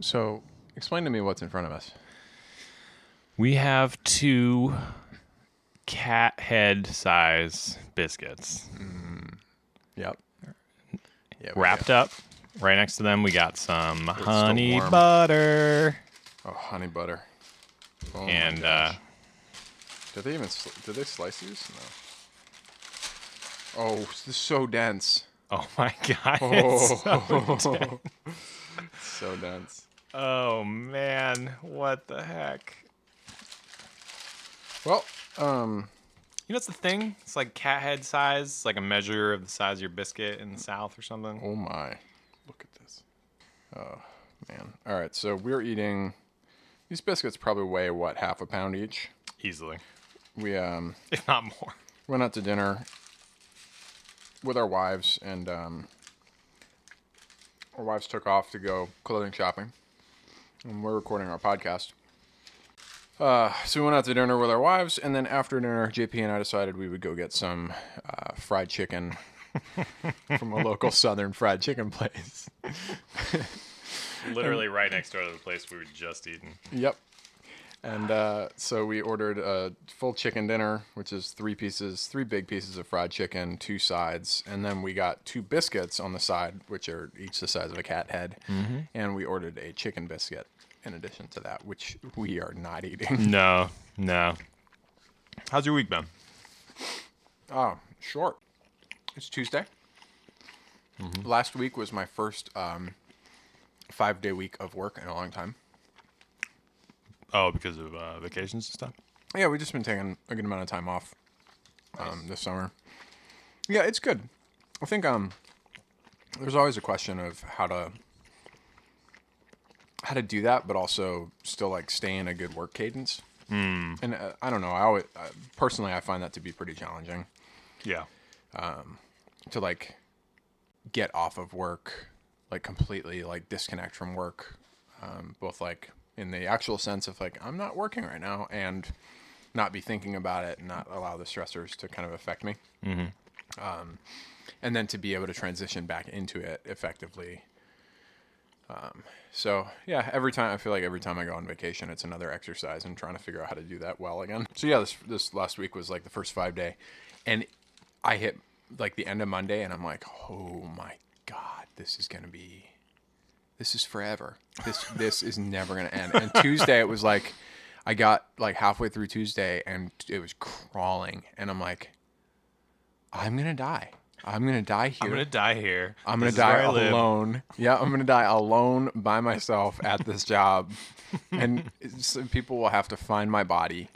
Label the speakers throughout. Speaker 1: So, explain to me what's in front of us.
Speaker 2: We have two cat head size biscuits
Speaker 1: Yep. Yeah, we
Speaker 2: wrapped up. Right next to them, we got some honey
Speaker 1: warm.
Speaker 2: butter
Speaker 1: got- Oh, honey butter. Oh my
Speaker 2: and uh,
Speaker 1: gosh. did they even sl- did they slice these? No. Oh, this is so dense.
Speaker 2: oh my god,
Speaker 1: Oh,
Speaker 2: it's so
Speaker 1: so dense.
Speaker 2: Oh man, what the heck?
Speaker 1: Well, um,
Speaker 2: You know what's the thing? It's like cat head size, it's like a measure of the size of your biscuit in the south or something.
Speaker 1: oh my, look at this. Oh man. All right, so we're eating. These biscuits probably weigh what half a pound each.
Speaker 2: Easily.
Speaker 1: We um
Speaker 2: If not more.
Speaker 1: went out to dinner with our wives, and um, our wives took off to go clothing shopping, and we're recording our podcast. Uh, so we went out to dinner with our wives, and then after dinner, JP and I decided we would go get some uh, fried chicken from a local southern fried chicken place.
Speaker 2: Literally right next door to the place we were just eating.
Speaker 1: Yep. And uh, so we ordered a full chicken dinner, which is three pieces, three big pieces of fried chicken, two sides, and then we got two biscuits on the side, which are each the size of a cat head. And we ordered a chicken biscuit in addition to that, which we are not eating.
Speaker 2: No, no. How's your week been?
Speaker 1: oh, short. It's Tuesday. Mm-hmm. Last week was my first um, five day week of work in a long time.
Speaker 2: Oh, because of uh, vacations and stuff?
Speaker 1: Yeah, we've just been taking a good amount of time off um, this summer. Yeah, it's good. I think um, there's always a question of how to how to do that, but also still like stay in a good work cadence. Mm. And uh, I don't know. I always, uh, personally, I find that to be pretty challenging
Speaker 2: Yeah.
Speaker 1: to like get off of work, like completely like disconnect from work, um, both like in the actual sense of like I'm not working right now and not be thinking about it and not allow the stressors to kind of affect me. Mm-hmm. Um, and then to be able to transition back into it effectively. Um, so yeah, every time I feel like every time I go on vacation, it's another exercise in trying to figure out how to do that well again. So yeah, this this last week was like the first five day, and I hit like the end of Monday, and I'm like, oh my god, this is gonna be, this is forever. This this is never gonna end. And Tuesday, it was like, I got like halfway through Tuesday, and it was crawling, and I'm like, I'm gonna die. I'm gonna die here.
Speaker 2: I'm going to die here.
Speaker 1: I'm gonna
Speaker 2: This is where
Speaker 1: die
Speaker 2: I live.
Speaker 1: alone. Yeah, I'm gonna die alone by myself at this job, and some people will have to find my body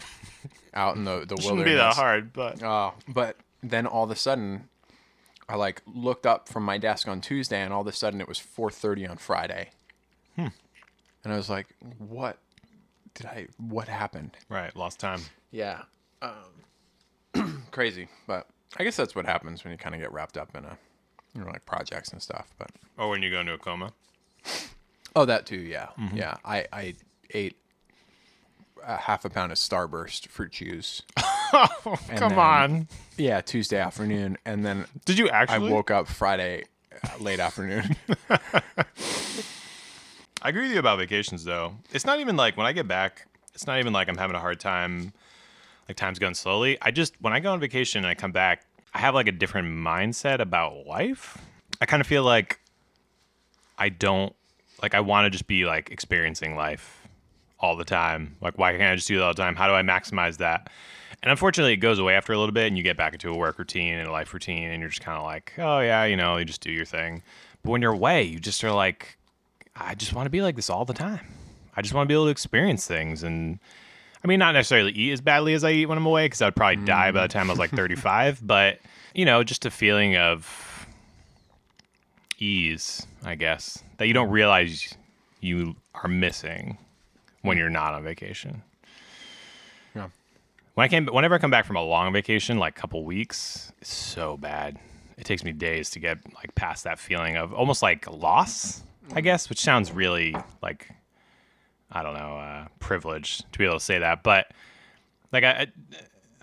Speaker 1: out in the the
Speaker 2: Shouldn't
Speaker 1: wilderness.
Speaker 2: be that hard, but
Speaker 1: Uh, but then all of a sudden, I like looked up from my desk on Tuesday, and all of a sudden it was 4:30 on Friday,
Speaker 2: Hmm.
Speaker 1: and I was like, "What did I? What happened?"
Speaker 2: right, lost time.
Speaker 1: Yeah. Um, crazy, but I guess that's what happens when you kind of get wrapped up in a, you know, like projects and stuff. But
Speaker 2: Or when you go into a coma.
Speaker 1: Oh, that too. Yeah, yeah. I I ate a half a pound of Starburst fruit juice.
Speaker 2: Oh, Come
Speaker 1: then-
Speaker 2: on.
Speaker 1: Yeah, Tuesday afternoon, and then
Speaker 2: Did you
Speaker 1: I
Speaker 2: actually?
Speaker 1: woke up Friday uh, late afternoon.
Speaker 2: I agree with you about vacations though. It's not even like when I get back, it's not even like I'm having a hard time like time's going slowly. I just when I go on vacation and I come back, I have like a different mindset about life. I kind of feel like I don't like I want to just be like experiencing life all the time. Like why can't I just do that all the time? How do I maximize that? And unfortunately, it goes away after a little bit, and you get back into a work routine and a life routine, and you're just kind of like, oh yeah, you know, you just do your thing. But when you're away, you just are like, I just want to be like this all the time. I just want to be able to experience things. And I mean, not necessarily eat as badly as I eat when I'm away because I'd probably die by the time I was like 35. But, you know, just a feeling of ease, I guess, that you don't realize you are missing when you're not on vacation.
Speaker 1: Yeah.
Speaker 2: When I came, whenever I come back from a long vacation, like couple weeks, it's so bad. It takes me days to get like past that feeling of almost like loss, I guess, which sounds really like I don't know, uh, privileged to be able to say that, but like I, I-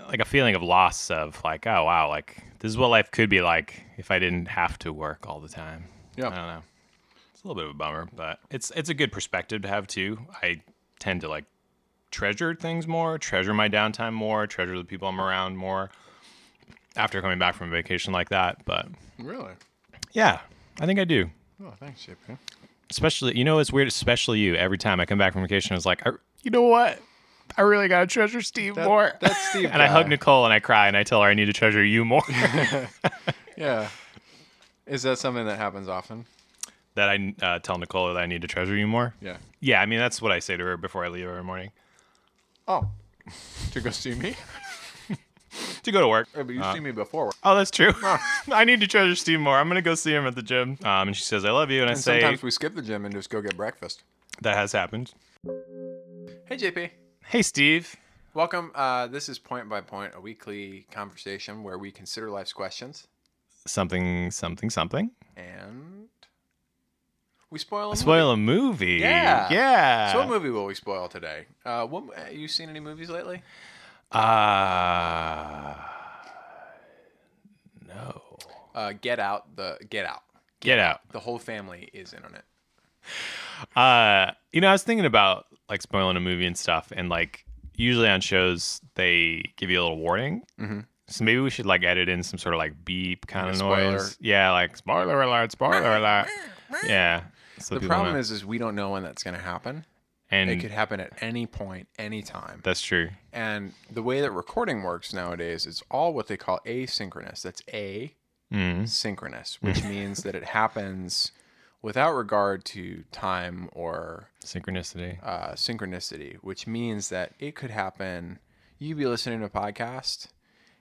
Speaker 2: like a feeling of loss of like, oh wow, like this is what life could be like if I didn't have to work all the time.
Speaker 1: Yeah.
Speaker 2: I don't know. It's It's a little bit of a bummer, but it's it's a good perspective to have too. I tend to like treasure things more, treasure my downtime more, treasure the people I'm around more after coming back from a vacation like that. But
Speaker 1: Really?
Speaker 2: yeah, I think I do.
Speaker 1: Oh, thanks, JP.
Speaker 2: Especially, you know, it's weird. Especially you. Every time I come back from vacation, I was like, I, you know what? I really gotta treasure Steve
Speaker 1: That-
Speaker 2: more.
Speaker 1: that's Steve
Speaker 2: and I hug
Speaker 1: guy.
Speaker 2: Nicole and I cry and I tell her I need to treasure you more.
Speaker 1: Yeah. Is that something that happens often?
Speaker 2: that I uh, tell Nicole that I need to treasure you more.
Speaker 1: Yeah.
Speaker 2: Yeah, I mean that's what I say to her before I leave every morning
Speaker 1: Oh, to go see me? Uh,
Speaker 2: to go to work.
Speaker 1: Hey, but you see me before.
Speaker 2: Oh, that's true. I need to treasure Steve more. I'm gonna go see him at the gym. Um, and she says I love you, and I
Speaker 1: And
Speaker 2: say
Speaker 1: sometimes we skip the gym and just go get breakfast.
Speaker 2: that has happened.
Speaker 1: Hey, JP.
Speaker 2: Hey, Steve.
Speaker 1: Welcome. Uh, this is Point by Point, a weekly conversation where we consider life's questions
Speaker 2: Something, something, something.
Speaker 1: and we spoil a
Speaker 2: Spoil a movie.
Speaker 1: Yeah.
Speaker 2: Yeah.
Speaker 1: movie. So, what movie will we spoil today? Uh, what, have you seen any movies lately?
Speaker 2: Uh, no.
Speaker 1: Uh, Get Out. The Get Out.
Speaker 2: Get out.
Speaker 1: The whole family is in on it.
Speaker 2: Uh, you know, I was thinking about like spoiling a movie and stuff, and like usually on shows they give you a little warning.
Speaker 1: Mhm.
Speaker 2: So maybe we should like edit in some sort of like beep kind
Speaker 1: Like
Speaker 2: of
Speaker 1: a
Speaker 2: noise. Yeah, like spoiler alert, spoiler alert. yeah. So
Speaker 1: the problem is, is we don't know when that's going to happen. It
Speaker 2: and
Speaker 1: could happen at any point, any time.
Speaker 2: that's true.
Speaker 1: And the way that recording works nowadays is all what they call asynchronous. That's
Speaker 2: Mm.
Speaker 1: asynchronous, which means that it happens without regard to time or
Speaker 2: Synchronicity.
Speaker 1: uh, synchronicity, which means that it could happen. You'd be listening to a podcast.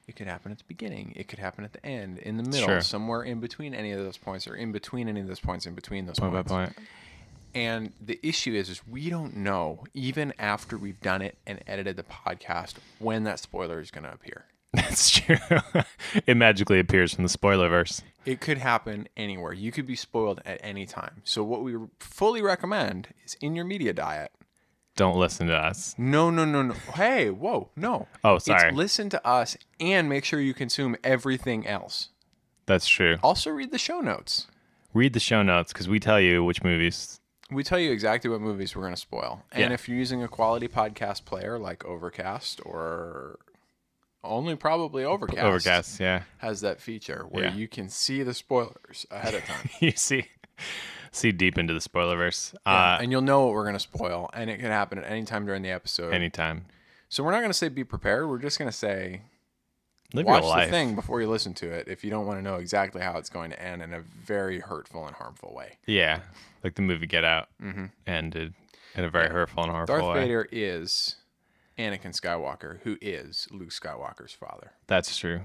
Speaker 1: It could happen at the beginning. It could happen at the end, in the middle,
Speaker 2: Sure.
Speaker 1: somewhere in between any of those points, or in between any of those points, in between those
Speaker 2: Point by
Speaker 1: points.
Speaker 2: point.
Speaker 1: And the issue is, is we don't know even after we've done it and edited the podcast when that spoiler is going to appear.
Speaker 2: That's true. it magically appears from the spoiler verse.
Speaker 1: It could happen anywhere. You could be spoiled at any time. So what we fully recommend is in your media diet.
Speaker 2: Don't listen to us.
Speaker 1: No, no, no, no. Hey, whoa, no.
Speaker 2: Oh,
Speaker 1: It's
Speaker 2: sorry.
Speaker 1: listen to us and make sure you consume everything else.
Speaker 2: That's true.
Speaker 1: Also read the show notes.
Speaker 2: Read the show notes because we tell you which movies.
Speaker 1: We tell you exactly what movies we're going to spoil. And
Speaker 2: Yeah.
Speaker 1: if you're using a quality podcast player like Overcast or only probably Overcast,
Speaker 2: Overcast, yeah.
Speaker 1: has that feature where
Speaker 2: Yeah.
Speaker 1: you can see the spoilers ahead of time.
Speaker 2: you see see deep into the spoiler verse
Speaker 1: Yeah,
Speaker 2: uh
Speaker 1: and you'll know what we're going to spoil, and it can happen at any time during the episode.
Speaker 2: anytime
Speaker 1: so we're not going to say be prepared. We're just going to say
Speaker 2: live
Speaker 1: watch
Speaker 2: your life
Speaker 1: the thing before you listen to it if you don't want to know exactly how it's going to end in a very hurtful and harmful way.
Speaker 2: yeah like the movie get out
Speaker 1: Mm-hmm.
Speaker 2: ended in a very hurtful and harmful
Speaker 1: Darth
Speaker 2: way
Speaker 1: Vader is Anakin Skywalker, who is Luke Skywalker's father.
Speaker 2: that's true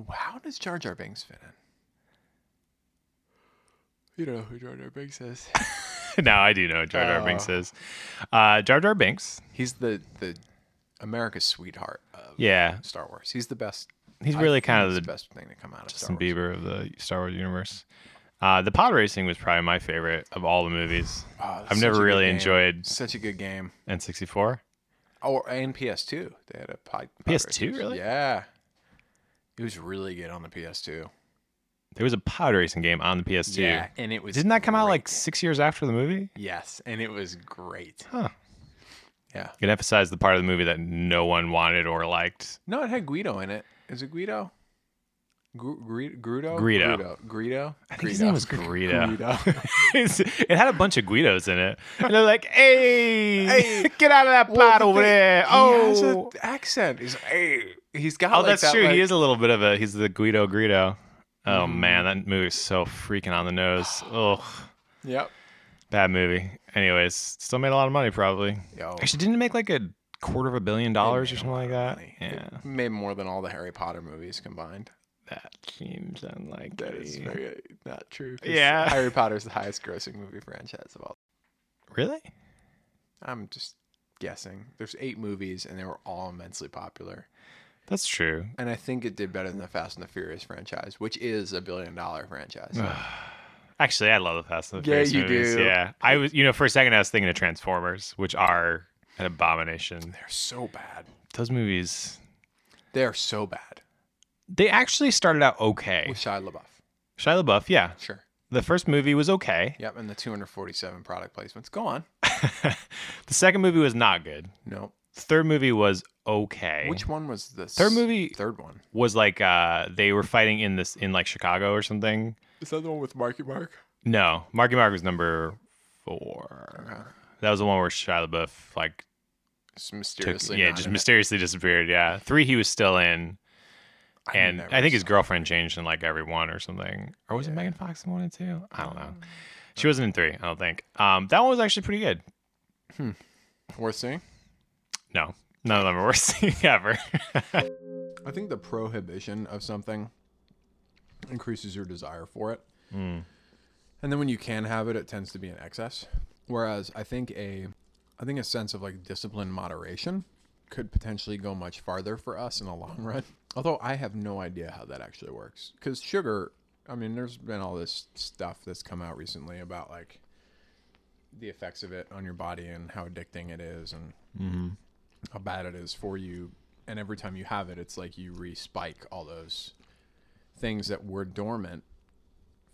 Speaker 1: How does Jar Jar Binks fit in? You don't know who Jar Jar Binks is.
Speaker 2: now i do know who jar jar
Speaker 1: Oh.
Speaker 2: binks is uh jar jar binks
Speaker 1: He's the the America's sweetheart of
Speaker 2: yeah
Speaker 1: Star Wars. He's the best
Speaker 2: he's
Speaker 1: I
Speaker 2: really
Speaker 1: think
Speaker 2: kind of
Speaker 1: it's
Speaker 2: the
Speaker 1: the best thing to come out of Star
Speaker 2: justin
Speaker 1: Wars.
Speaker 2: bieber of the star wars universe uh the pod racing was probably my favorite of all the movies
Speaker 1: Oh, that's
Speaker 2: i've
Speaker 1: such a
Speaker 2: never
Speaker 1: good
Speaker 2: really
Speaker 1: game.
Speaker 2: enjoyed
Speaker 1: Such a good game.
Speaker 2: n64
Speaker 1: Or Oh, and PS2, they had a pod. pod
Speaker 2: PS2,
Speaker 1: racers.
Speaker 2: really?
Speaker 1: Yeah, it was really good on the PS2.
Speaker 2: there was a pod racing game on the ps2
Speaker 1: Yeah, and it was
Speaker 2: didn't that come out
Speaker 1: great.
Speaker 2: like six years after the movie
Speaker 1: yes, and it was great.
Speaker 2: huh
Speaker 1: Yeah,
Speaker 2: It emphasized the part of the movie that no one wanted or liked.
Speaker 1: no, it had Guido in it. Is it Guido? Gru- Gru- Grudo?
Speaker 2: Greedo.
Speaker 1: Grudo. Greedo.
Speaker 2: I think his name was Greedo.
Speaker 1: Greedo.
Speaker 2: It's- it had a bunch of Guidos in it. And they're like, hey,
Speaker 1: Hey,
Speaker 2: get out of that
Speaker 1: Well,
Speaker 2: plot
Speaker 1: the
Speaker 2: over
Speaker 1: thing-
Speaker 2: there.
Speaker 1: he has an
Speaker 2: Oh,
Speaker 1: accent. He's hey, he's got.
Speaker 2: oh
Speaker 1: like,
Speaker 2: that's
Speaker 1: that,
Speaker 2: true.
Speaker 1: Like,
Speaker 2: he is a little bit of a, he's the Guido Greedo. Oh, man, that movie is so freaking on the nose. Oh,
Speaker 1: Yep.
Speaker 2: bad movie. Anyways, still made a lot of money probably.
Speaker 1: Yo.
Speaker 2: Actually, didn't it make like a quarter of a billion dollars or something like that?
Speaker 1: Money.
Speaker 2: Yeah.
Speaker 1: It made more than all the Harry Potter movies combined.
Speaker 2: That seems unlikely.
Speaker 1: That is very uh, not true. 'cause
Speaker 2: Yeah.
Speaker 1: Harry Potter's the highest grossing movie franchise of all.
Speaker 2: Really?
Speaker 1: I'm just guessing. There's eight movies and they were all immensely popular.
Speaker 2: That's true.
Speaker 1: And I think it did better than the Fast and the Furious franchise, which is a billion dollar franchise.
Speaker 2: Actually, I love the Fast and the
Speaker 1: Yeah,
Speaker 2: Furious
Speaker 1: you
Speaker 2: movies.
Speaker 1: do.
Speaker 2: Yeah, I was. You know, for a second, I was thinking of Transformers, which are an abomination.
Speaker 1: They're so bad.
Speaker 2: Those movies,
Speaker 1: They're so bad.
Speaker 2: they actually started out okay.
Speaker 1: With Shia LaBeouf.
Speaker 2: Shia LaBeouf, yeah,
Speaker 1: Sure.
Speaker 2: The first movie was okay.
Speaker 1: Yep, and the 247 product placements. Go on.
Speaker 2: The second movie was not good.
Speaker 1: No.
Speaker 2: Third movie was okay.
Speaker 1: Which one was the
Speaker 2: Third movie-
Speaker 1: Third one.
Speaker 2: was like uh they were fighting in this in like Chicago or something.
Speaker 1: Is that the one with Marky Mark?
Speaker 2: No, Marky Mark was number four.
Speaker 1: Uh,
Speaker 2: That was the one where Shia LaBeouf like
Speaker 1: It's
Speaker 2: took,
Speaker 1: mysteriously.
Speaker 2: yeah
Speaker 1: not
Speaker 2: just
Speaker 1: in it.
Speaker 2: mysteriously disappeared. Yeah, three he was still in,
Speaker 1: I
Speaker 2: and
Speaker 1: never
Speaker 2: I think his
Speaker 1: saw
Speaker 2: girlfriend changed in like every one or something. Or was it Megan Fox in one and two? I don't know. She wasn't in three. I don't think. Um, that one was actually pretty good.
Speaker 1: it. Worth seeing.
Speaker 2: No, none of them are worst thing ever.
Speaker 1: I think the prohibition of something increases your desire for it. And then when you can have it, it tends to be in excess. Whereas I think a I think a sense of like discipline and moderation could potentially go much farther for us in the long run. Although I have no idea how that actually works cuz sugar, I mean there's been all this stuff that's come out recently about like the effects of it on your body and how addicting it is and how bad it is for you. And every time you have it, it's like you respike all those things that were dormant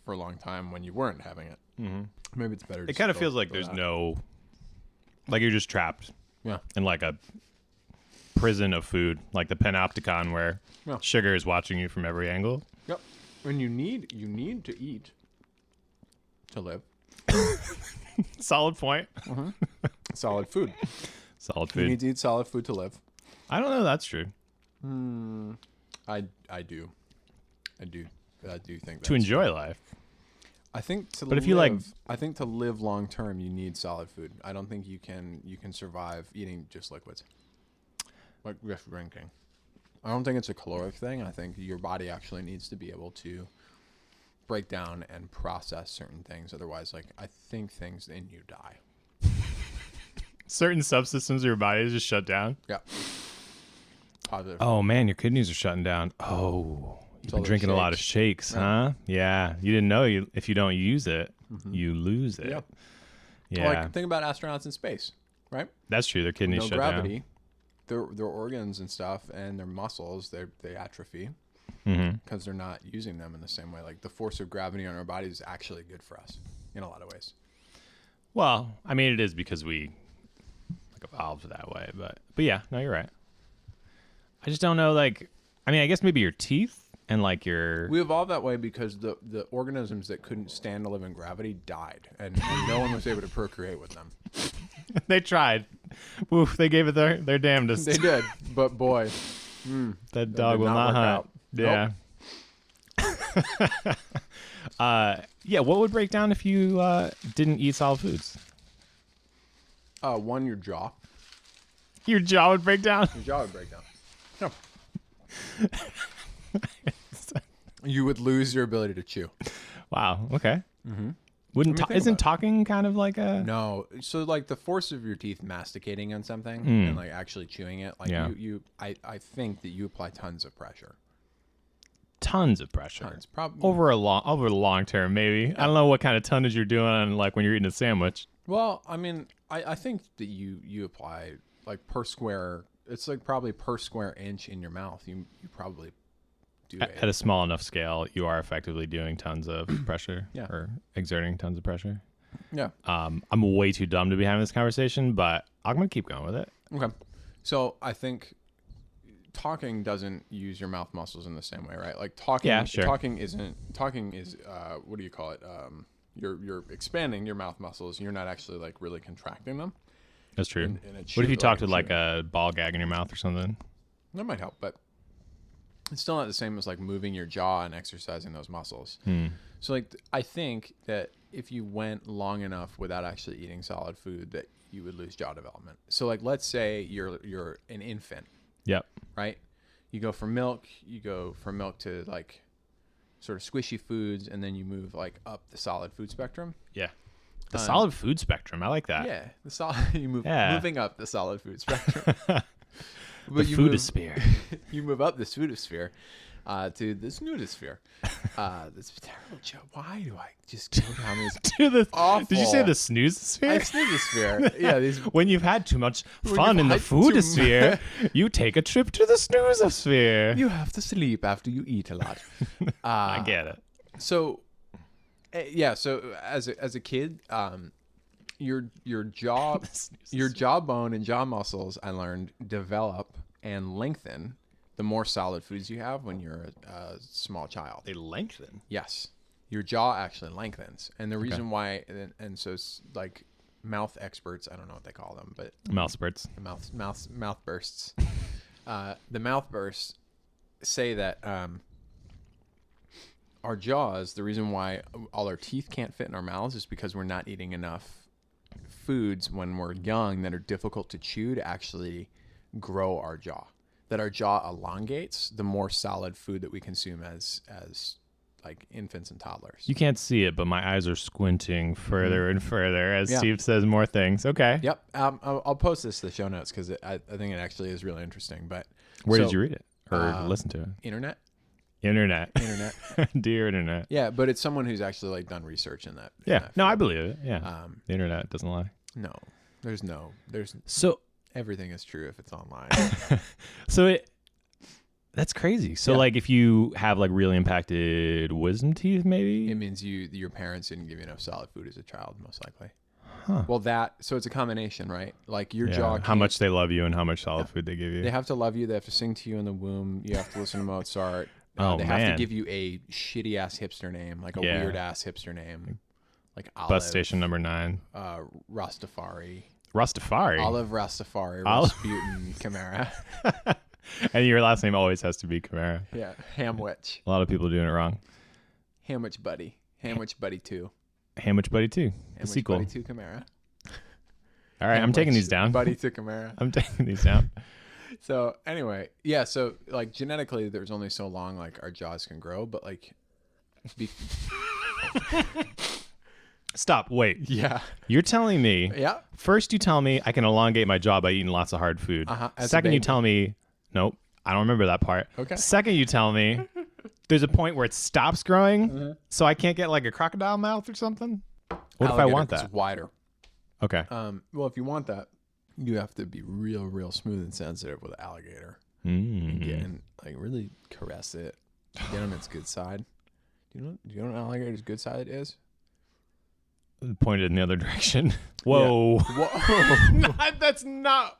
Speaker 1: for a long time when you weren't having it. Mm-hmm. Maybe it's better.
Speaker 2: it kind of feels like there's no, like you're just trapped
Speaker 1: Yeah.
Speaker 2: in like a prison of food, like the Panopticon, where
Speaker 1: Yeah.
Speaker 2: sugar is watching you from every angle.
Speaker 1: Yep. And you need you need to eat to live.
Speaker 2: Solid point.
Speaker 1: Solid food.
Speaker 2: Solid
Speaker 1: you
Speaker 2: food.
Speaker 1: need to eat solid food to live.
Speaker 2: I don't know. That's true.
Speaker 1: I I do. I do. I do think that's-
Speaker 2: To enjoy life.
Speaker 1: I think to
Speaker 2: But
Speaker 1: live,
Speaker 2: if you, like-
Speaker 1: I think to live long term, you need solid food. I don't think you can you can survive eating just liquids, like just drinking. I don't think it's a caloric thing. I think your body actually needs to be able to break down and process certain things. Otherwise, like I think things in you die.
Speaker 2: Certain subsystems of your body just shut down.
Speaker 1: Yeah. Positive.
Speaker 2: Oh man, your kidneys are shutting down. Oh, you've
Speaker 1: all
Speaker 2: been
Speaker 1: those
Speaker 2: drinking a lot of shakes, huh? Yeah. You didn't know you if you don't use it, you lose it.
Speaker 1: Yeah.
Speaker 2: Yeah.
Speaker 1: Mm-hmm. Like think about astronauts in space, right?
Speaker 2: that's true. Their kidneys
Speaker 1: no
Speaker 2: shut
Speaker 1: gravity. Their, their organs and stuff and their muscles they they atrophy
Speaker 2: Mm-hmm.
Speaker 1: because they're not using them in the same way. Like the force of gravity on our bodies is actually good for us in a lot of ways.
Speaker 2: down. Well, I mean it is because we like evolved that way, but but yeah, no, you're right. I just don't know like I mean, I guess maybe your teeth and like your
Speaker 1: We evolved that way because the the organisms that couldn't stand to live in gravity died, and, and no one was able to procreate with them.
Speaker 2: they tried. Oof, they gave it their their damnedest.
Speaker 1: They did, but boy,
Speaker 2: That dog
Speaker 1: did
Speaker 2: will
Speaker 1: not
Speaker 2: not,
Speaker 1: work
Speaker 2: hunt.
Speaker 1: out.
Speaker 2: Yeah. uh, yeah. What would break down if you uh, didn't eat solid foods?
Speaker 1: uh, one your jaw,
Speaker 2: Your jaw would break down.
Speaker 1: your jaw would break down. No. you would lose your ability to chew.
Speaker 2: Wow. Okay.
Speaker 1: I
Speaker 2: Wouldn't
Speaker 1: mean,
Speaker 2: ta-
Speaker 1: Mm-hmm. think
Speaker 2: isn't
Speaker 1: about it.
Speaker 2: talking kind of like a
Speaker 1: No, so like the force of your teeth masticating on something and like actually chewing it, like
Speaker 2: Hmm. Yeah.
Speaker 1: you, you, I, I think that you apply tons of pressure.
Speaker 2: tons of pressure
Speaker 1: Tons, probably.
Speaker 2: over a long over the long term? Maybe I don't know what kind of tonnage you're doing. Like when you're eating a sandwich.
Speaker 1: Well, I mean, I, I think that you you apply like per square. It's like probably per square inch in your mouth. You you probably do
Speaker 2: At-
Speaker 1: it.
Speaker 2: At a small enough scale, you are effectively doing tons of pressure
Speaker 1: Yeah.
Speaker 2: or exerting tons of pressure.
Speaker 1: yeah.
Speaker 2: Um, I'm way too dumb to be having this conversation, but I'm gonna keep going with it.
Speaker 1: Okay. So I think talking doesn't use your mouth muscles in the same way, right? Like talking
Speaker 2: Yeah, sure.
Speaker 1: talking isn't talking is uh what do you call it? Um you're you're expanding your mouth muscles, you're not actually like really contracting them.
Speaker 2: That's true.
Speaker 1: and it
Speaker 2: what if
Speaker 1: should,
Speaker 2: you talked
Speaker 1: like,
Speaker 2: with like a ball gag in your mouth or something?
Speaker 1: That might help, but it's still not the same as like moving your jaw and exercising those muscles.
Speaker 2: Hmm.
Speaker 1: So like th- I think that if you went long enough without actually eating solid food that you would lose jaw development. So like let's say you're you're an infant
Speaker 2: Yep.
Speaker 1: right? You go from milk, you go from milk to like sort of squishy foods, and then you move like up the solid food spectrum.
Speaker 2: Yeah. The solid food spectrum. I like that.
Speaker 1: Um, Yeah, the solid you move
Speaker 2: Yeah.
Speaker 1: moving up the solid food spectrum. but
Speaker 2: The
Speaker 1: you
Speaker 2: food
Speaker 1: move,
Speaker 2: is spear.
Speaker 1: you move up the pseudosphere uh, to the snootosphere. Uh, this terrible joke. Why do I just go down this?
Speaker 2: Dude, the, Did you say
Speaker 1: Awful.
Speaker 2: the snooze sphere?
Speaker 1: Snootosphere. Yeah, these
Speaker 2: when you've had too much fun
Speaker 1: you've
Speaker 2: in the
Speaker 1: had
Speaker 2: food
Speaker 1: too
Speaker 2: sphere, you take a trip to the snooze sphere.
Speaker 1: Ah. you have to sleep after you eat a lot.
Speaker 2: I get it.
Speaker 1: So Uh, yeah so as a, as a kid um your your jaw your jawbone and jaw muscles i learned develop and lengthen the more solid foods you have when you're a, a small child
Speaker 2: They lengthen.
Speaker 1: yes your jaw actually lengthens and the reason why and, and so s- like mouth experts i don't know what they call them but
Speaker 2: Mouse spurts.
Speaker 1: mouth mouth mouth bursts. uh, the mouth bursts say that um, our jaws. The reason why all our teeth can't fit in our mouths is because we're not eating enough foods when we're young that are difficult to chew to actually grow our jaw. That our jaw elongates the more solid food that we consume as as like infants and toddlers.
Speaker 2: You can't see it, but my eyes are squinting further and further as
Speaker 1: Mm-hmm. Yeah.
Speaker 2: Steve says more things. Okay.
Speaker 1: Yep, um, I'll, I'll post this to the show notes because I, I think it actually is really interesting. But
Speaker 2: Where
Speaker 1: so, um,
Speaker 2: did you read it or listen to it?
Speaker 1: internet?
Speaker 2: Internet.
Speaker 1: Internet.
Speaker 2: Dear internet.
Speaker 1: Yeah, but it's someone who's actually like done research in that. in
Speaker 2: Yeah.
Speaker 1: that
Speaker 2: No, I
Speaker 1: field.
Speaker 2: believe it. Yeah.
Speaker 1: Um,
Speaker 2: the internet doesn't lie.
Speaker 1: no, there's no, there's
Speaker 2: So
Speaker 1: everything is true if it's online.
Speaker 2: so it that's crazy. So
Speaker 1: Yeah.
Speaker 2: like if you have like really impacted wisdom teeth maybe?
Speaker 1: it means you, your parents didn't give you enough solid food as a child, most likely. Well, that so it's a combination, right? Like your
Speaker 2: Yeah.
Speaker 1: jaw.
Speaker 2: How
Speaker 1: can't-
Speaker 2: much they love you and how much solid food they give you.
Speaker 1: They have to love you. They have to sing to you in the womb. You have to listen to Mozart. Uh,
Speaker 2: Oh,
Speaker 1: they
Speaker 2: man.
Speaker 1: have to give you a shitty ass hipster name, like a
Speaker 2: Yeah.
Speaker 1: weird ass hipster name, like Olive
Speaker 2: Bus station number 9.
Speaker 1: uh, Rastafari,
Speaker 2: Rastafari.
Speaker 1: Olive Rastafari,
Speaker 2: Olive-
Speaker 1: Rasputin, Chimera,
Speaker 2: and your last name always has to be Camara.
Speaker 1: yeah, Hamwich.
Speaker 2: A lot of people doing it wrong.
Speaker 1: Hamwich Buddy. Hamwich Buddy 2.
Speaker 2: Hamwich Buddy 2, the
Speaker 1: Hamwich
Speaker 2: sequel.
Speaker 1: Buddy 2 Chimera.
Speaker 2: All right, I'm taking these down.
Speaker 1: Buddy 2 Chimera.
Speaker 2: I'm taking these down.
Speaker 1: So, anyway, yeah, so like genetically, there's only so long like our jaws can grow, but like, be-
Speaker 2: Stop. Wait.
Speaker 1: yeah.
Speaker 2: You're telling me
Speaker 1: Yeah.
Speaker 2: first you tell me I can elongate my jaw by eating lots of hard food.
Speaker 1: Uh-huh, as a
Speaker 2: Second, you
Speaker 1: baby.
Speaker 2: tell me nope. I don't remember that part.
Speaker 1: Okay.
Speaker 2: Second, you tell me there's a point where it stops growing,
Speaker 1: Uh-huh.
Speaker 2: so I can't get like a crocodile mouth or something. What if I
Speaker 1: Alligator
Speaker 2: want
Speaker 1: is
Speaker 2: that?
Speaker 1: wider.
Speaker 2: Okay.
Speaker 1: Um, well, if you want that, you have to be real, real smooth and sensitive with alligator.
Speaker 2: Mm.
Speaker 1: Yeah. And like really caress it, get on its good side. Do you know, do you know what an alligator's good side is?
Speaker 2: Hmm. Pointed in the other direction. Whoa.
Speaker 1: Whoa.
Speaker 2: Not- that's not.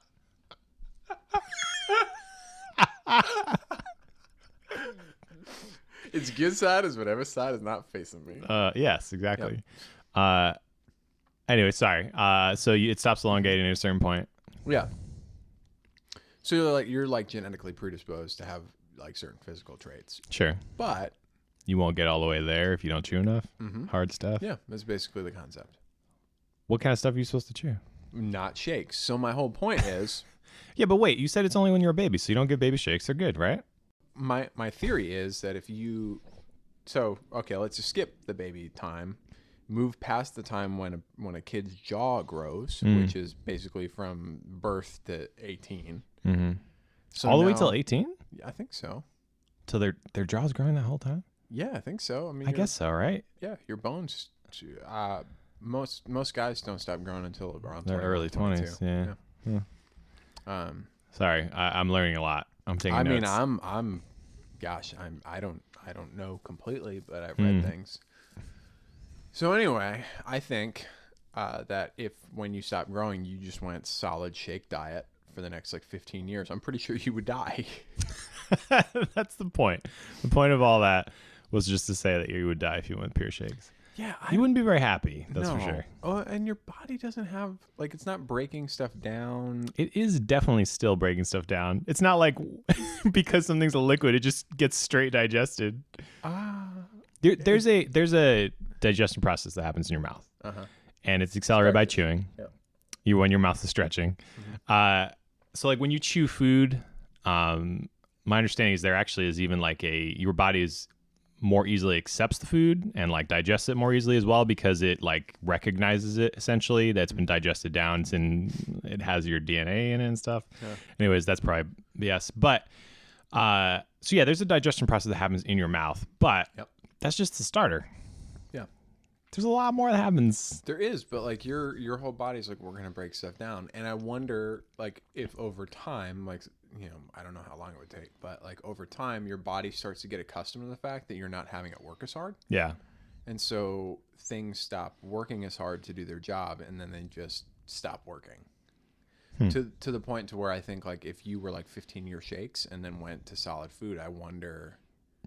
Speaker 1: its good side is whatever side is not facing me.
Speaker 2: Uh, yes, exactly. Uh, anyway, sorry. Uh, so you, it stops elongating at a certain point.
Speaker 1: Yeah. So you're like you're like genetically predisposed to have like certain physical traits,
Speaker 2: Sure.
Speaker 1: but
Speaker 2: You won't get all the way there if you don't chew enough. Hard stuff.
Speaker 1: Mm-hmm. yeah, that's basically the concept.
Speaker 2: What kind of stuff are you supposed to chew?
Speaker 1: Not shakes. So my whole point is,
Speaker 2: Yeah, but wait, you said it's only when you're a baby, so you don't give baby shakes. They're good, right?
Speaker 1: my my theory is that if you, so okay, let's just skip the baby time, move past the time when a, when a kid's jaw grows,
Speaker 2: Hmm.
Speaker 1: which is basically from birth to eighteen.
Speaker 2: Mm-hmm.
Speaker 1: So
Speaker 2: all the way
Speaker 1: now-
Speaker 2: till 18?
Speaker 1: I think so.
Speaker 2: Till their their jaw's growing that whole time?
Speaker 1: Yeah, I think so. I mean,
Speaker 2: I
Speaker 1: you're-
Speaker 2: guess so, right?
Speaker 1: Yeah, your bones. Uh, most most guys don't stop growing until around
Speaker 2: Their
Speaker 1: 21,
Speaker 2: early
Speaker 1: 22.
Speaker 2: 20s, yeah.
Speaker 1: Um,
Speaker 2: Sorry, I, I'm learning a lot. I'm taking
Speaker 1: I mean,
Speaker 2: notes.
Speaker 1: I'm I'm, gosh, I'm I don't I don't know completely, but I've read
Speaker 2: Hmm.
Speaker 1: things. So anyway, I think uh, that if when you stop growing, you just went solid shake diet for the next like 15 years, I'm pretty sure you would die.
Speaker 2: That's the point. The point of all that was just to say that you would die if you went pure shakes.
Speaker 1: yeah, I
Speaker 2: You wouldn't be very happy, that's for sure.
Speaker 1: Oh, and your body doesn't have like it's not breaking stuff down.
Speaker 2: It is definitely still breaking stuff down. It's not like because something's a liquid, it just gets straight digested.
Speaker 1: Ah,
Speaker 2: There, there's a there's a digestion process that happens in your mouth,
Speaker 1: Uh-huh.
Speaker 2: and it's accelerated by chewing.
Speaker 1: Yep. Mm-hmm.
Speaker 2: You when your mouth is stretching. Uh, so like when you chew food, um, my understanding is there actually is even like a your body is more easily accepts the food and like digests it more easily as well because it like recognizes it essentially that's been digested down it's in it has your DNA in it and stuff. Anyways, that's probably yes, but. Uh, so yeah, there's a digestion process that happens in your mouth, but
Speaker 1: Yep.
Speaker 2: that's just the starter.
Speaker 1: yeah.
Speaker 2: There's a lot more that happens.
Speaker 1: There is, but like your your whole body's like we're gonna break stuff down, and I wonder like if over time, like you know, I don't know how long it would take, but like over time, your body starts to get accustomed to the fact that you're not having it work as hard,
Speaker 2: Yeah.
Speaker 1: And so things stop working as hard to do their job and then they just stop working. To to the point to where I think like if you were like 15 year shakes and then went to solid food, I wonder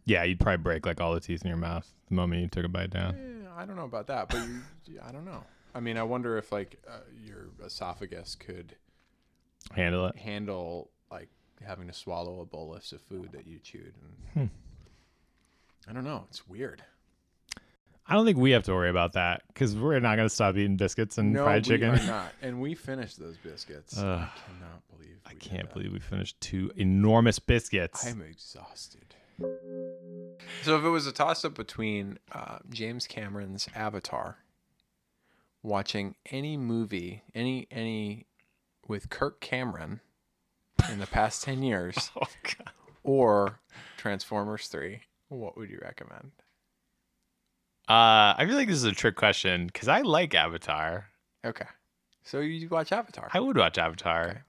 Speaker 2: Yeah, you'd probably break like all the teeth in your mouth the moment you took a bite down.
Speaker 1: eh, I don't know about that, but you, I don't know. I mean, I wonder if like uh, your esophagus could Mm.
Speaker 2: Handle it.
Speaker 1: handle like having to swallow a bolus of food that you chewed and
Speaker 2: Hmm.
Speaker 1: I don't know, it's weird.
Speaker 2: I don't think we have to worry about that because we're not gonna stop eating biscuits and
Speaker 1: No,
Speaker 2: Mm, fried chicken.
Speaker 1: we are not. And we finished those biscuits.
Speaker 2: Ugh.
Speaker 1: I cannot believe.
Speaker 2: I
Speaker 1: we did
Speaker 2: can't
Speaker 1: that.
Speaker 2: believe we finished two enormous biscuits.
Speaker 1: I'm exhausted. So if it was a toss-up between uh, James Cameron's Avatar, watching any movie, any any with Kirk Cameron in the past ten years,
Speaker 2: oh god.
Speaker 1: or Transformers Three, what would you recommend?
Speaker 2: Uh, I feel like this is a trick question because I like Avatar.
Speaker 1: Okay, so you watch Avatar.
Speaker 2: I would watch Avatar.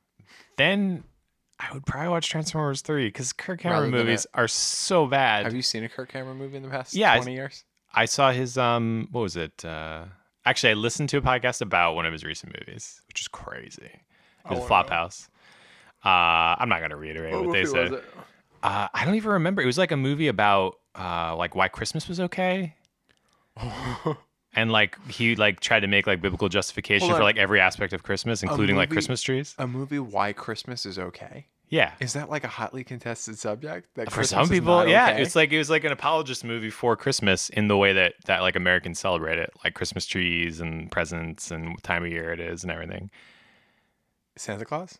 Speaker 2: Then I would probably watch Transformers three because Kirk Cameron
Speaker 1: Rather than
Speaker 2: movies are so bad.
Speaker 1: Have you seen a Kirk Cameron movie in the past
Speaker 2: Yeah, I-
Speaker 1: twenty years?
Speaker 2: I saw his um what was it? Uh actually I listened to a podcast about one of his recent movies, which is crazy. It
Speaker 1: wanna
Speaker 2: was
Speaker 1: know.
Speaker 2: Flophouse. Uh I'm not gonna reiterate
Speaker 1: Oh,
Speaker 2: what, they said. Uh I don't even remember. It was like a movie about uh like why Christmas was okay. and like he like tried to make like biblical justification
Speaker 1: Hold
Speaker 2: for
Speaker 1: on.
Speaker 2: like every aspect of Christmas, including like
Speaker 1: movie-
Speaker 2: Christmas trees.
Speaker 1: A movie why Christmas is okay.
Speaker 2: Yeah.
Speaker 1: Is that like a hotly contested subject? That
Speaker 2: for some people, yeah, it's like it was like an apologist movie for Christmas in the way that that like Americans celebrate it, like Christmas trees and presents and what time of year it is and everything.
Speaker 1: Santa Claus,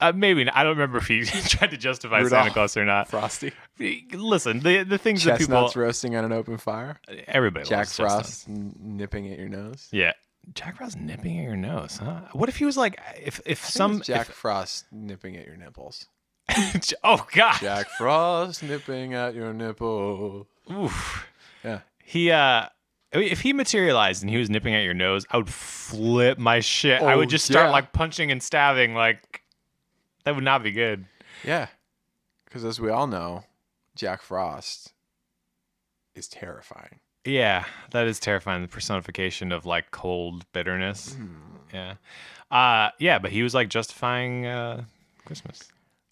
Speaker 2: Uh, maybe not. I don't remember if he tried to justify Santa
Speaker 1: Rudolph.
Speaker 2: Claus or not.
Speaker 1: Frosty,
Speaker 2: Listen, the the things
Speaker 1: chestnuts
Speaker 2: that
Speaker 1: roasting on an open fire,
Speaker 2: people everybody
Speaker 1: Jack
Speaker 2: loves chestnuts.
Speaker 1: Frost n- nipping at your nose.
Speaker 2: Yeah, Jack Frost nipping at your nose, huh? What if he was like if if some
Speaker 1: Some Jack Frost nipping at your nipples.
Speaker 2: if- oh god,
Speaker 1: Jack Frost nipping at your nipple.
Speaker 2: Oof.
Speaker 1: Yeah.
Speaker 2: he uh. I mean, If he materialized and he was nipping at your nose, I would flip my shit. I
Speaker 1: Oh,
Speaker 2: would just start
Speaker 1: yeah.
Speaker 2: like punching and stabbing. Like that would not be good.
Speaker 1: Yeah. Because as we all know, Jack Frost is terrifying.
Speaker 2: Yeah, that is terrifying. The personification of like cold bitterness.
Speaker 1: Hmm.
Speaker 2: Yeah, uh, yeah, but he was like justifying uh, Christmas.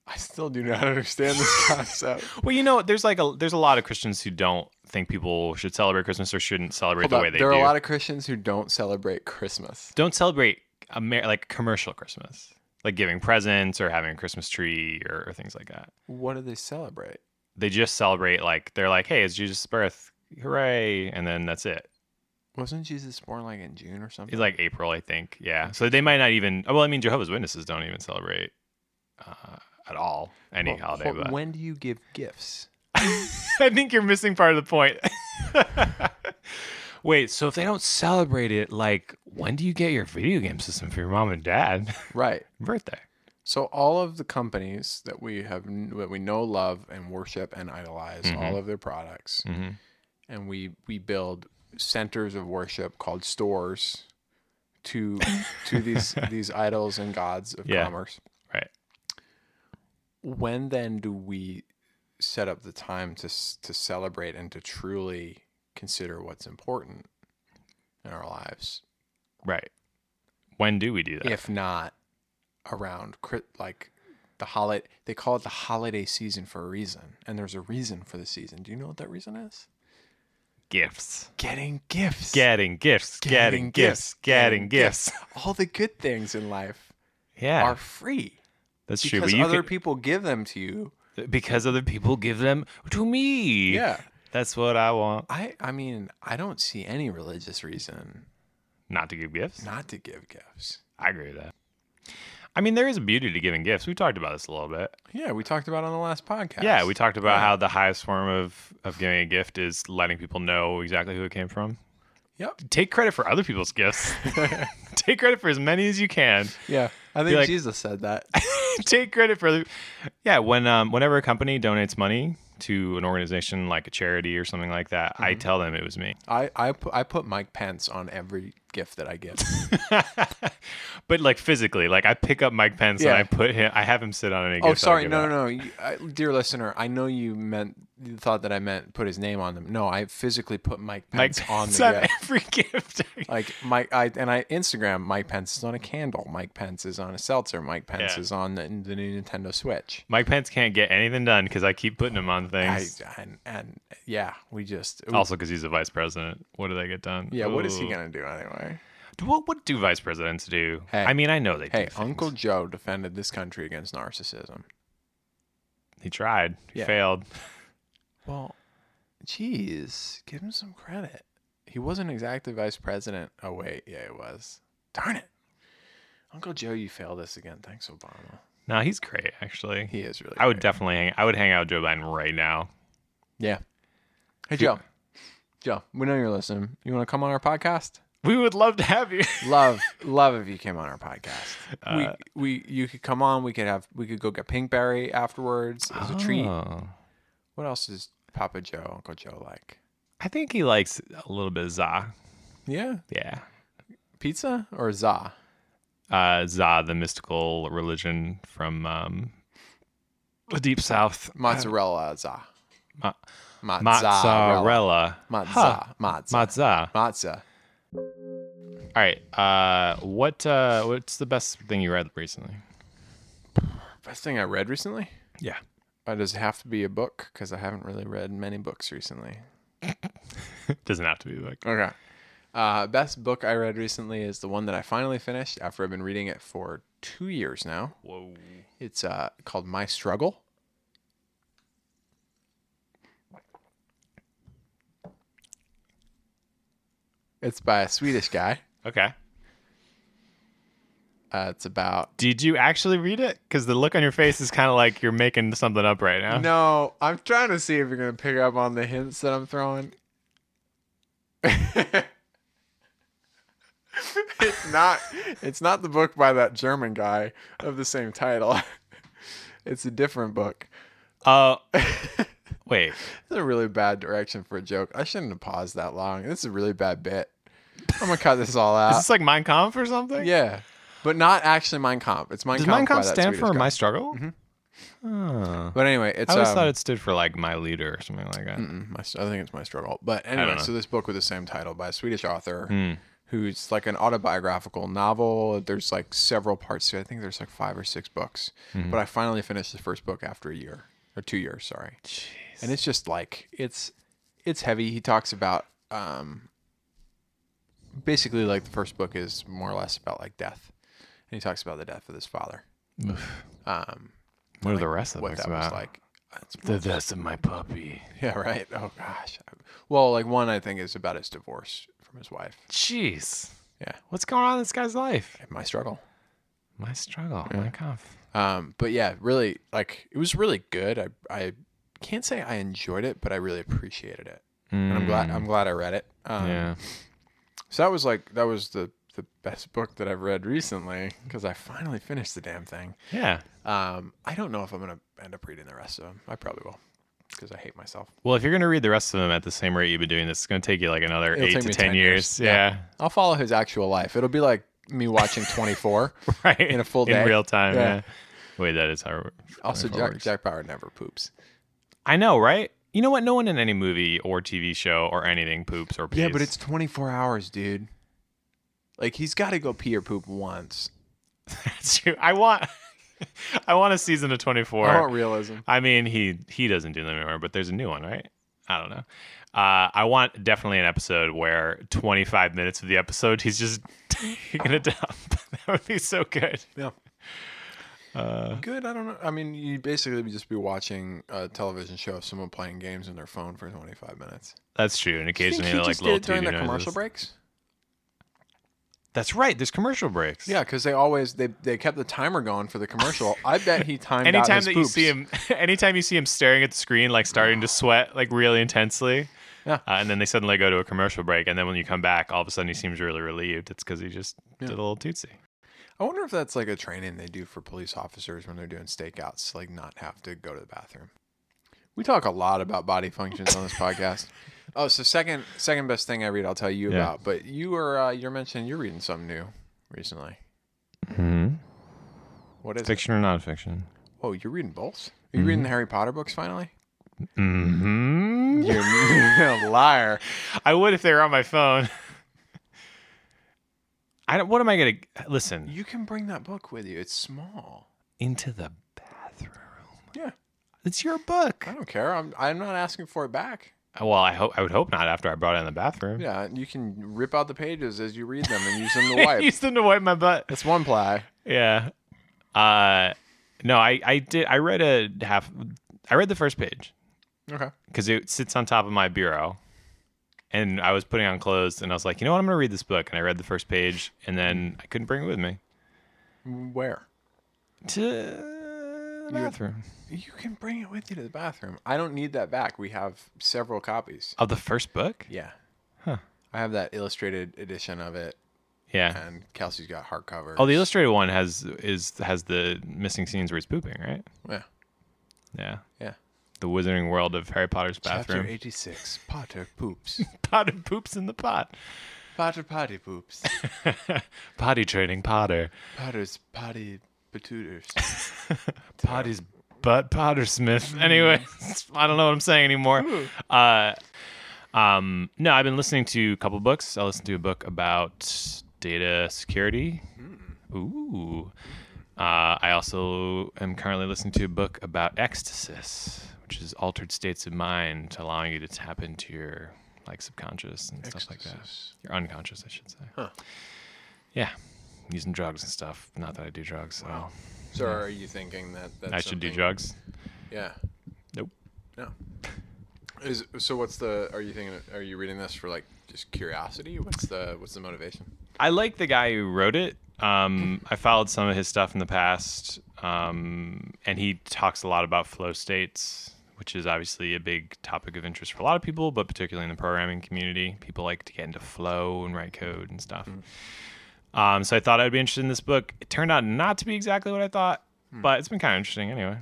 Speaker 1: I still do not understand this concept.
Speaker 2: Well, you know, there's like a there's a lot of Christians who don't think people should celebrate Christmas or shouldn't celebrate
Speaker 1: Hold
Speaker 2: the
Speaker 1: up,
Speaker 2: way they
Speaker 1: there are
Speaker 2: do.
Speaker 1: a lot of Christians who don't celebrate Christmas.
Speaker 2: don't celebrate Amer- like commercial Christmas, like giving presents or having a Christmas tree or, or things like that.
Speaker 1: What do they celebrate?
Speaker 2: They just celebrate like they're like, hey, it's Jesus' birth, hooray, and then that's it.
Speaker 1: Wasn't Jesus born like in June or something?
Speaker 2: It's like April, I think. Yeah, so they might not even. oh, Well, I mean, Jehovah's Witnesses don't even celebrate uh, at all any
Speaker 1: Well,
Speaker 2: holiday.
Speaker 1: hold-
Speaker 2: But
Speaker 1: When do you give gifts?
Speaker 2: I think you're missing part of the point. Wait, so if they don't celebrate it, like when do you get your video game system for your mom and dad
Speaker 1: Right.
Speaker 2: birthday?
Speaker 1: So all of the companies that we have that we know, love, and worship and idolize,
Speaker 2: Mm-hmm.
Speaker 1: all of their products,
Speaker 2: Mhm.
Speaker 1: and we we build centers of worship called stores to to these these idols and gods of
Speaker 2: Yeah.
Speaker 1: commerce.
Speaker 2: Right.
Speaker 1: When then do we set up the time to s- to celebrate and to truly consider what's important in our lives?
Speaker 2: Right. When do we do that?
Speaker 1: if not around cri- like the holiday they call it the holiday season for a reason and there's a reason for the season do you know what that reason is
Speaker 2: gifts.
Speaker 1: getting gifts
Speaker 2: Getting gifts. Getting,
Speaker 1: Getting
Speaker 2: gifts.
Speaker 1: gifts, getting
Speaker 2: Getting gifts.
Speaker 1: all the good things in life
Speaker 2: Yeah.
Speaker 1: are free
Speaker 2: that's true. But
Speaker 1: because
Speaker 2: you
Speaker 1: other
Speaker 2: could-
Speaker 1: people give them to you
Speaker 2: because other people give them to me.
Speaker 1: yeah
Speaker 2: That's what I want.
Speaker 1: i i mean i don't see any religious reason
Speaker 2: Not to give gifts.
Speaker 1: not to give gifts
Speaker 2: I agree with that. I mean, there is a beauty to giving gifts. We talked about this a little bit.
Speaker 1: yeah we talked about it on the last podcast
Speaker 2: Yeah, we talked about
Speaker 1: Yeah.
Speaker 2: how the highest form of of giving a gift is letting people know exactly who it came from.
Speaker 1: yep
Speaker 2: Take credit for other people's gifts. Take credit for as many as you can.
Speaker 1: yeah i think
Speaker 2: like-
Speaker 1: jesus said that
Speaker 2: Take credit for the Yeah, when um, whenever a company donates money to an
Speaker 1: Mm-hmm.
Speaker 2: organization like a charity or something like that, I tell them it was me.
Speaker 1: I, I, pu- I put Mike Pence on every gift that I get.
Speaker 2: But like physically, like I pick up Mike Pence and
Speaker 1: Yeah.
Speaker 2: I put him, I have him sit on any.
Speaker 1: oh,
Speaker 2: gift I'll
Speaker 1: sorry.
Speaker 2: give
Speaker 1: No,
Speaker 2: out.
Speaker 1: no, no. You, I, dear listener, I know you meant you thought that I meant put his name on them. No, I physically put Mike
Speaker 2: Mike
Speaker 1: Pence on
Speaker 2: Pence
Speaker 1: the
Speaker 2: on
Speaker 1: gift.
Speaker 2: every gift.
Speaker 1: Like Mike, I and I Instagram Mike Pence is on a candle. Mike Pence is on a seltzer. Mike Pence
Speaker 2: Yeah.
Speaker 1: is on the, the new Nintendo Switch.
Speaker 2: Mike Pence can't get anything done because I keep putting him on
Speaker 1: I,
Speaker 2: things.
Speaker 1: and and yeah, we just
Speaker 2: also, because he's the vice president, what do they get done?
Speaker 1: yeah. What is he
Speaker 2: Ooh.
Speaker 1: gonna do anyway?
Speaker 2: What what do vice presidents do?
Speaker 1: Hey.
Speaker 2: I mean, I know they.
Speaker 1: Hey,
Speaker 2: do
Speaker 1: Uncle
Speaker 2: things.
Speaker 1: Joe defended this country against narcissism.
Speaker 2: He tried. He
Speaker 1: Yeah.
Speaker 2: failed.
Speaker 1: Well, geez, give him some credit. He wasn't exactly vice president. Oh wait, yeah, it was. Darn it, Uncle Joe, you failed us again. Thanks, Obama.
Speaker 2: No, he's great actually.
Speaker 1: He is really.
Speaker 2: I would
Speaker 1: great.
Speaker 2: definitely hang. I would hang out with Joe Biden right now.
Speaker 1: yeah. Hey Joe, Joe, we know you're listening. You want to come on our podcast?
Speaker 2: We would love to have you.
Speaker 1: Love, love if you came on our podcast.
Speaker 2: Uh,
Speaker 1: we, we, you could come on. We could have, we could go get Pinkberry afterwards as a treat.
Speaker 2: Oh.
Speaker 1: What else is Papa Joe, Uncle Joe like?
Speaker 2: I think he likes a little bit of za.
Speaker 1: Yeah,
Speaker 2: Yeah.
Speaker 1: pizza or za?
Speaker 2: Uh, za, the mystical religion from um, the deep south.
Speaker 1: Mozzarella za.
Speaker 2: Ma-
Speaker 1: Mozzarella.
Speaker 2: mozzarella. Huh.
Speaker 1: Matza. Matza.
Speaker 2: Matza.
Speaker 1: Matza.
Speaker 2: All right. Uh, what uh, what's the best thing you read recently?
Speaker 1: Best thing I read recently?
Speaker 2: Yeah.
Speaker 1: Uh, does it have to be a book? Because I haven't really read many books recently.
Speaker 2: Doesn't have to be like.
Speaker 1: Okay. Uh, best book I read recently is the one that I finally finished after I've been reading it for two years now.
Speaker 2: Whoa.
Speaker 1: It's uh, called My Struggle. It's by a Swedish guy.
Speaker 2: Okay.
Speaker 1: Uh, it's about
Speaker 2: Did you actually read it? Because the look on your face is kind of like you're making something up right now.
Speaker 1: No, I'm trying to see if you're gonna pick up on the hints that I'm throwing. it's not it's not the book by that German guy of the same title. It's a different book.
Speaker 2: Uh, wait.
Speaker 1: It's a really bad direction for a joke. I shouldn't have paused that long. This is a really bad bit. I'm gonna cut this all
Speaker 2: Is
Speaker 1: out.
Speaker 2: this like Mein Kampf or something?
Speaker 1: Yeah. But not actually Mein Kampf. It's Mein
Speaker 2: Does
Speaker 1: Kampf.
Speaker 2: Mein
Speaker 1: by
Speaker 2: Kampf
Speaker 1: that
Speaker 2: stand
Speaker 1: Swedish
Speaker 2: for
Speaker 1: guy.
Speaker 2: My Struggle? Oh.
Speaker 1: But anyway, it's
Speaker 2: I always
Speaker 1: um, Mm.
Speaker 2: thought it stood for like my leader or something like that.
Speaker 1: Mm-mm, my, I think it's my struggle. But
Speaker 2: don't
Speaker 1: anyway,
Speaker 2: know.
Speaker 1: so this book with the same title by a Swedish author
Speaker 2: Hmm.
Speaker 1: who's like an autobiographical novel. There's like several parts to it. I think there's like five or six books.
Speaker 2: Mm-hmm.
Speaker 1: But I finally finished the first book after a year or two years, sorry. And it's just like it's it's heavy. He talks about um, basically like the first book is more or less about like death, and he talks about the death of his father. Um,
Speaker 2: What are the rest of the
Speaker 1: what
Speaker 2: books
Speaker 1: that was
Speaker 2: about?
Speaker 1: like. It's
Speaker 2: the death of my puppy.
Speaker 1: Yeah, right. Oh gosh. Well, like one I think is about his divorce from his wife.
Speaker 2: Jeez.
Speaker 1: Yeah.
Speaker 2: What's going on in this guy's life?
Speaker 1: and My struggle.
Speaker 2: My struggle. My cough.
Speaker 1: Um, but yeah, really like it was really good. I I can't say I enjoyed it, but I really appreciated it. And I'm glad I'm glad I read it. Um,
Speaker 2: yeah.
Speaker 1: so that was like that was the the best book that I've read recently because I finally finished the damn thing.
Speaker 2: Yeah.
Speaker 1: Um, I don't know if I'm gonna end up reading the rest of them. I probably will because I hate myself.
Speaker 2: Well, if you're gonna read the rest of them at the same rate you've been doing this, it's gonna take you like another
Speaker 1: It'll
Speaker 2: eight
Speaker 1: take
Speaker 2: to
Speaker 1: me
Speaker 2: ten
Speaker 1: 10
Speaker 2: years.
Speaker 1: years.
Speaker 2: Yeah.
Speaker 1: I'll follow his actual life. It'll be like me watching 24.
Speaker 2: right.
Speaker 1: In a full
Speaker 2: In
Speaker 1: day.
Speaker 2: real time. Yeah.
Speaker 1: Yeah.
Speaker 2: Wait, that is how.
Speaker 1: also,
Speaker 2: 24
Speaker 1: Jack,
Speaker 2: works.
Speaker 1: Jack Bauer never poops.
Speaker 2: I know, right? You know what? No one in any movie or TV show or anything poops or pees.
Speaker 1: Yeah, but it's 24 hours, dude. Like he's got to go pee or poop once.
Speaker 2: That's true. I want. I want a season of 24.
Speaker 1: I want realism.
Speaker 2: I mean, he he doesn't do them anymore, but there's a new one, right? I don't know. Uh, I want definitely an episode where 25 minutes of the episode he's just taking a dump. that would be so good.
Speaker 1: Yeah.
Speaker 2: Uh,
Speaker 1: Good. I don't know. I mean, you basically would just be watching a television show of someone playing games on their phone for 25 minutes.
Speaker 2: That's true. And
Speaker 1: Do you think
Speaker 2: occasionally
Speaker 1: he
Speaker 2: like
Speaker 1: just
Speaker 2: little
Speaker 1: did it during
Speaker 2: TV
Speaker 1: the
Speaker 2: noises.
Speaker 1: commercial breaks.
Speaker 2: That's right. There's commercial breaks.
Speaker 1: Yeah, because they always they they kept the timer going for the commercial. I bet he timed out
Speaker 2: Anytime
Speaker 1: his
Speaker 2: that you
Speaker 1: poops.
Speaker 2: see him, anytime you see him staring at the screen, like starting to sweat, like really intensely,
Speaker 1: Yeah.
Speaker 2: uh, and then they suddenly go to a commercial break, and then when you come back, all of a sudden he seems really relieved. It's because he just did a little tootsie.
Speaker 1: I wonder if that's like a training they do for police officers when they're doing stakeouts, to, like not have to go to the bathroom. We talk a lot about body functions on this podcast. Oh, so second second best thing I read, I'll tell you
Speaker 2: Yeah.
Speaker 1: about. But you were uh, you're mentioning you're reading something new recently.
Speaker 2: Mm-hmm.
Speaker 1: What is it?
Speaker 2: Fiction or nonfiction?
Speaker 1: Oh, you're reading both? Are you reading the Harry Potter books finally?
Speaker 2: Mm-hmm.
Speaker 1: You're a liar.
Speaker 2: I would if they were on my phone. I don't. What am I gonna listen?
Speaker 1: You can bring that book with you. It's small.
Speaker 2: Into the bathroom.
Speaker 1: Yeah.
Speaker 2: It's your book.
Speaker 1: I don't care. I'm I'm not asking for it back.
Speaker 2: Uh, Well, I hope I would hope not. After I brought it in the bathroom,
Speaker 1: Yeah, you can rip out the pages as you read them and use them to wipe.
Speaker 2: used them to wipe my butt.
Speaker 1: It's one ply.
Speaker 2: Yeah. Uh, no, I I did. I read a half. I read the first page
Speaker 1: Okay.
Speaker 2: because it sits on top of my bureau. And I was putting on clothes, and I was like, you know what? I'm gonna read this book. And I read the first page, and then I couldn't bring it with me
Speaker 1: Where?
Speaker 2: to the
Speaker 1: You-
Speaker 2: bathroom.
Speaker 1: You can bring it with you to the bathroom. I don't need that back. We have several copies.
Speaker 2: Of Oh, the first book?
Speaker 1: Yeah.
Speaker 2: Huh.
Speaker 1: I have that illustrated edition of it,
Speaker 2: Yeah.
Speaker 1: and Kelsey's got hardcover.
Speaker 2: Oh, the illustrated one has is has the missing scenes where he's pooping, right?
Speaker 1: yeah.
Speaker 2: Yeah.
Speaker 1: Yeah.
Speaker 2: The Wizarding World of Harry Potter's
Speaker 1: Chapter
Speaker 2: bathroom.
Speaker 1: 86 Potter poops.
Speaker 2: Potter poops in the pot.
Speaker 1: Potter potty poops.
Speaker 2: Potty training Potter.
Speaker 1: Potter's potty patuters.
Speaker 2: Potty's butt Potter Smith. Anyway, I don't know what I'm saying anymore. Uh, um, no, I've been listening to a couple books. I listened to a book about data security. Hmm. Ooh. Uh, I also am currently listening to a book about ecstasis, which is altered states of mind, allowing you to tap into your like subconscious and stuff like that. Your unconscious, I should say.
Speaker 1: Huh.
Speaker 2: Yeah, using drugs and stuff. Not that I do drugs, so
Speaker 1: So are you thinking that that's
Speaker 2: I should do
Speaker 1: something-
Speaker 2: drugs.
Speaker 1: Yeah.
Speaker 2: Nope.
Speaker 1: No. Is so what's the are you thinking are you reading this for like just curiosity? What's the what's the motivation?
Speaker 2: I like the guy who wrote it. Um, I followed some of his stuff in the past, um, and he talks a lot about flow states, which is obviously a big topic of interest for a lot of people, but particularly in the programming community, people like to get into flow and write code and stuff. Um, so I thought I'd be interested in this book. It turned out not to be exactly what I thought, but it's been kind of interesting anyway.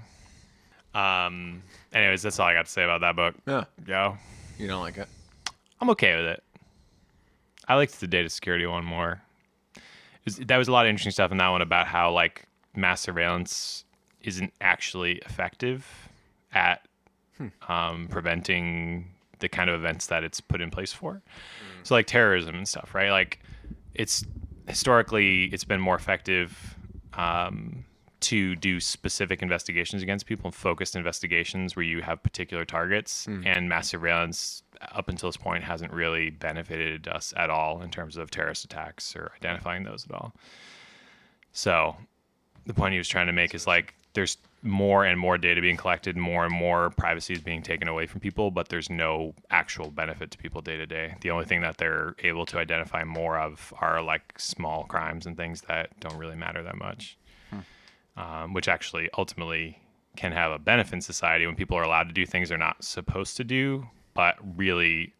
Speaker 2: Um, anyways, that's all I got to say about that book.
Speaker 1: Yeah.
Speaker 2: Yeah,
Speaker 1: You don't like it?
Speaker 2: I'm okay with it. I liked the data security one more. Is- That was a lot of interesting stuff in that one about how like mass surveillance isn't actually effective at um, preventing the kind of events that it's put in place for. So like terrorism and stuff, right? Like it's historically it's been more effective um, to do specific investigations against people and focused investigations where you have particular targets and mass surveillance up until this point hasn't really benefited us at all in terms of terrorist attacks or identifying those at all so the point he was trying to make is like there's more and more data being collected more and more privacy is being taken away from people but there's no actual benefit to people day to day the only thing that they're able to identify more of are like small crimes and things that don't really matter that much um, which actually ultimately can have a benefit in society when people are allowed to do things they're not supposed to do, but really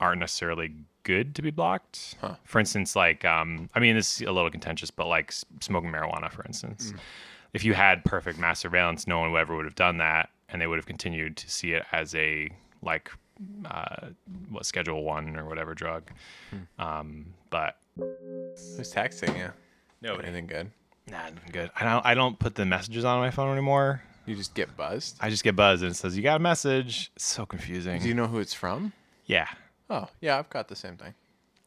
Speaker 2: aren't necessarily good to be blocked. For instance, like, um, I mean, this is a little contentious, but like s- smoking marijuana, for instance, if you had perfect mass surveillance, no one ever would have done that, and they would have continued to see it as a like, uh, what Schedule One or whatever drug. Um, but
Speaker 1: Who's texting you?
Speaker 2: Nobody.
Speaker 1: Anything good?
Speaker 2: nah, good. I don't. I don't put the messages on my phone anymore.
Speaker 1: You just get buzzed?
Speaker 2: I just get buzzed and it says, You got a message. It's so confusing.
Speaker 1: Do you know who it's from?
Speaker 2: yeah.
Speaker 1: Oh, yeah, I've got the same thing.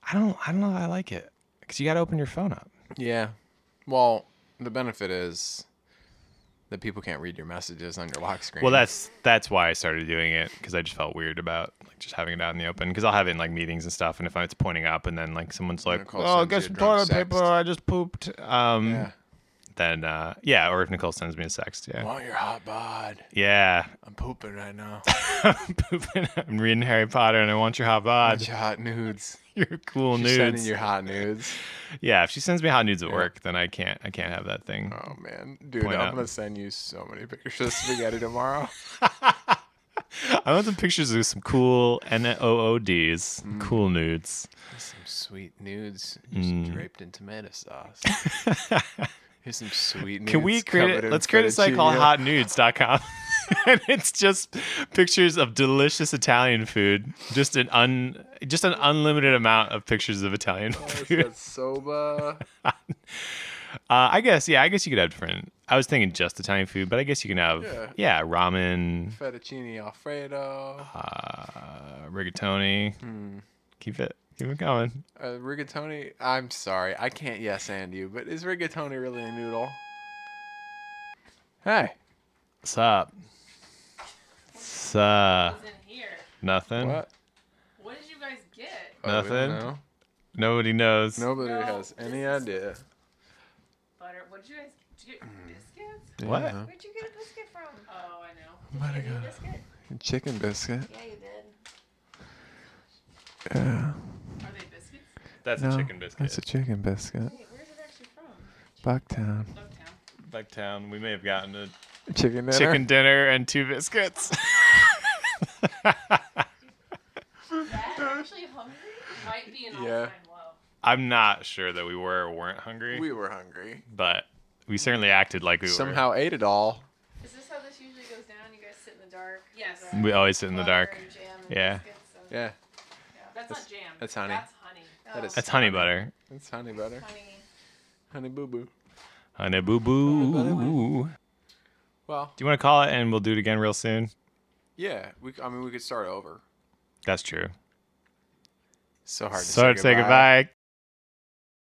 Speaker 2: I don't I don't know if I like it. Cause you gotta open your phone up.
Speaker 1: Yeah. Well, the benefit is that people can't read your messages on your lock screen.
Speaker 2: Well that's that's why I started doing it, because I just felt weird about like just having it out in the open. Cause I'll have it in like meetings and stuff, and if it's pointing up and then like someone's like,
Speaker 1: Nicole
Speaker 2: Oh,
Speaker 1: sends
Speaker 2: get
Speaker 1: you a
Speaker 2: some
Speaker 1: drunk
Speaker 2: toilet paper,
Speaker 1: sext.
Speaker 2: I just pooped. Um
Speaker 1: yeah.
Speaker 2: then uh yeah, or if Nicole sends me a sext, yeah.
Speaker 1: Want your hot bod?
Speaker 2: Yeah.
Speaker 1: I'm pooping right now.
Speaker 2: I'm pooping. I'm reading Harry Potter and I want your hot bod.
Speaker 1: Bunch of hot nudes.
Speaker 2: Your cool
Speaker 1: You're sending
Speaker 2: nudes.
Speaker 1: your hot nudes.
Speaker 2: yeah, if she sends me hot nudes at work, then I can't I can't have that thing.
Speaker 1: Oh man, dude,
Speaker 2: Point
Speaker 1: I'm
Speaker 2: out.
Speaker 1: gonna send you so many pictures of spaghetti tomorrow.
Speaker 2: I want some pictures of some cool NOODs,
Speaker 1: Mm.
Speaker 2: cool nudes.
Speaker 1: Some sweet nudes just
Speaker 2: Mm.
Speaker 1: draped in tomato sauce. Here's some sweet nudes.
Speaker 2: Can we create
Speaker 1: covered
Speaker 2: it?
Speaker 1: in
Speaker 2: Let's create a site called
Speaker 1: fettuccine.
Speaker 2: hotnudes.com. and it's just pictures of delicious Italian food. Just an un, just an unlimited amount of pictures of Italian food.
Speaker 1: soba.
Speaker 2: Uh, I guess, yeah, I guess you could have different. I was thinking just Italian food, but I guess you can have,
Speaker 1: Yeah.
Speaker 2: yeah, ramen,
Speaker 1: Fettuccine Alfredo.
Speaker 2: Uh-huh. uh, rigatoni.
Speaker 1: Hmm.
Speaker 2: Keep it, keep it going.
Speaker 1: Uh, rigatoni. I'm sorry, I can't yes and you, but is rigatoni really a noodle? Hey,
Speaker 2: What's up? What's up?
Speaker 3: in here.
Speaker 2: Nothing.
Speaker 1: what?
Speaker 3: What did you guys get?
Speaker 1: Oh, we don't
Speaker 2: Nothing.
Speaker 1: know?
Speaker 2: Nobody knows.
Speaker 1: Nobody
Speaker 3: No,
Speaker 1: has any
Speaker 3: this is-
Speaker 1: idea.
Speaker 3: Butter. What did you guys did you
Speaker 1: Mm.
Speaker 3: get? Biscuits?
Speaker 2: What?
Speaker 1: Yeah.
Speaker 4: Where'd you get a biscuit from?
Speaker 3: Oh, I know.
Speaker 1: Might have
Speaker 4: Did you get a
Speaker 1: got
Speaker 4: biscuit?
Speaker 1: a Chicken biscuit.
Speaker 4: Yeah, you did.
Speaker 1: Yeah.
Speaker 3: Are they biscuits?
Speaker 2: That's
Speaker 1: no,
Speaker 2: a chicken biscuit.
Speaker 1: That's a chicken biscuit.
Speaker 4: Wait, where's it actually from?
Speaker 1: Bucktown.
Speaker 3: Bucktown.
Speaker 2: Bucktown, we may have gotten a
Speaker 1: Chicken dinner.
Speaker 2: chicken dinner and two biscuits.
Speaker 3: That actually hungry might be an all-time
Speaker 1: Yeah.
Speaker 3: low.
Speaker 2: I'm not sure that we were or weren't hungry,
Speaker 1: We were hungry.
Speaker 2: but we certainly acted like we
Speaker 1: Somehow ate it all.
Speaker 4: Is this how this usually goes down? You guys sit in the dark.
Speaker 3: Yes.
Speaker 4: with, uh,
Speaker 2: were. We always sit in the
Speaker 4: butter
Speaker 2: dark.
Speaker 4: and jam and
Speaker 2: Yeah.
Speaker 4: biscuits and
Speaker 1: Yeah.
Speaker 3: That's,
Speaker 1: That's-
Speaker 3: not jam.
Speaker 1: that's honey.
Speaker 3: That's honey.
Speaker 1: That
Speaker 4: Oh,
Speaker 1: is-
Speaker 2: That's honey butter.
Speaker 1: It's honey butter.
Speaker 4: honey.
Speaker 1: Honey boo boo.
Speaker 2: Honey boo boo.
Speaker 1: Well,
Speaker 2: Do you want to call it and we'll do it again real soon?
Speaker 1: yeah. We. I mean, we could start over.
Speaker 2: That's true.
Speaker 1: So hard to
Speaker 2: so
Speaker 1: say
Speaker 2: to say
Speaker 1: goodbye.
Speaker 2: goodbye.